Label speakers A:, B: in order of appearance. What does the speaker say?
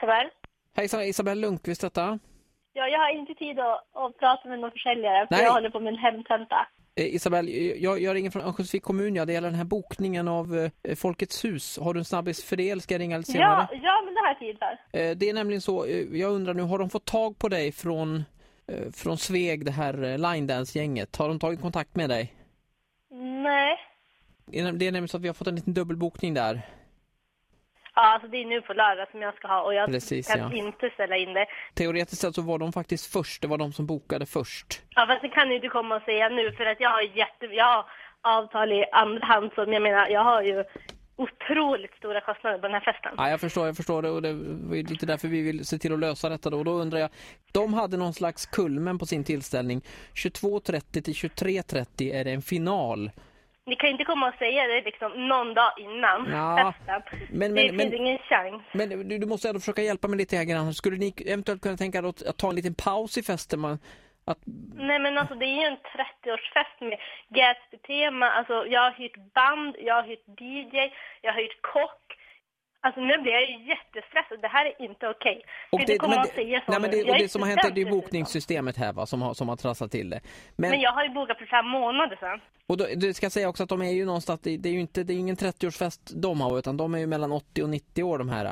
A: tyvärr.
B: Hejsan, Isabel Lundqvist detta.
A: Ja, jag har inte tid att, att prata med någon försäljare för
B: Nej.
A: jag håller på med en hemtenta.
B: Eh, Isabel, eh, jag, jag ringer från Örnsköldsvik kommun. Ja, det gäller den här bokningen av eh, Folkets hus. Har du en snabbis för det eller ska jag ringa lite senare?
A: Ja, ja, men det har jag tid för.
B: Eh, Det är nämligen så, eh, jag undrar nu, har de fått tag på dig från, eh, från Sveg, det här eh, line dance gänget Har de tagit kontakt med dig?
A: Nej.
B: Det är näm- det är nämligen så att vi har fått en liten dubbelbokning där.
A: Ja, alltså det är nu på lördag som jag ska ha och jag
B: Precis,
A: kan
B: ja.
A: inte ställa in det.
B: Teoretiskt sett så var de faktiskt först, det var de som bokade först.
A: Ja, fast det kan du inte komma och säga nu för att jag har jätte... Jag har avtal i andra hand som jag menar, jag har ju otroligt stora kostnader på den här festen.
B: Ja, jag förstår, jag förstår det och det var ju lite därför vi vill se till att lösa detta då. Och då undrar jag, de hade någon slags kulmen på sin tillställning. 22.30 till 23.30 är det en final.
A: Ni kan ju inte komma och säga det liksom någon dag innan
B: Ja,
A: festen.
B: men-
A: det
B: men-
A: finns
B: men-
A: ingen chans.
B: Men du, du måste ändå försöka hjälpa mig lite här grann. Skulle ni eventuellt kunna tänka er att, att ta en liten paus i festen? Man, att,
A: Nej men alltså det är ju en 30-årsfest med Gatsby-tema, alltså jag har hyrt band, jag har hyrt DJ, jag har hyrt kock. Alltså nu blir jag ju jättestressad, det här är inte okej.
B: och
A: Kan du komma
B: men
A: och säga så
B: nej, men
A: nu?
B: det,
A: Jag
B: och
A: är
B: det som har hänt är det är
A: student
B: bokningssystemet här va, som, har, som har trasslat till det. Men,
A: dessutom. Men jag har ju bokat för fem månader sedan.
B: och då, du ska säga också att de är ju någonstans, det, det är ju inte, det är ingen 30-årsfest de har utan de är ju mellan 80 och 90 år de här.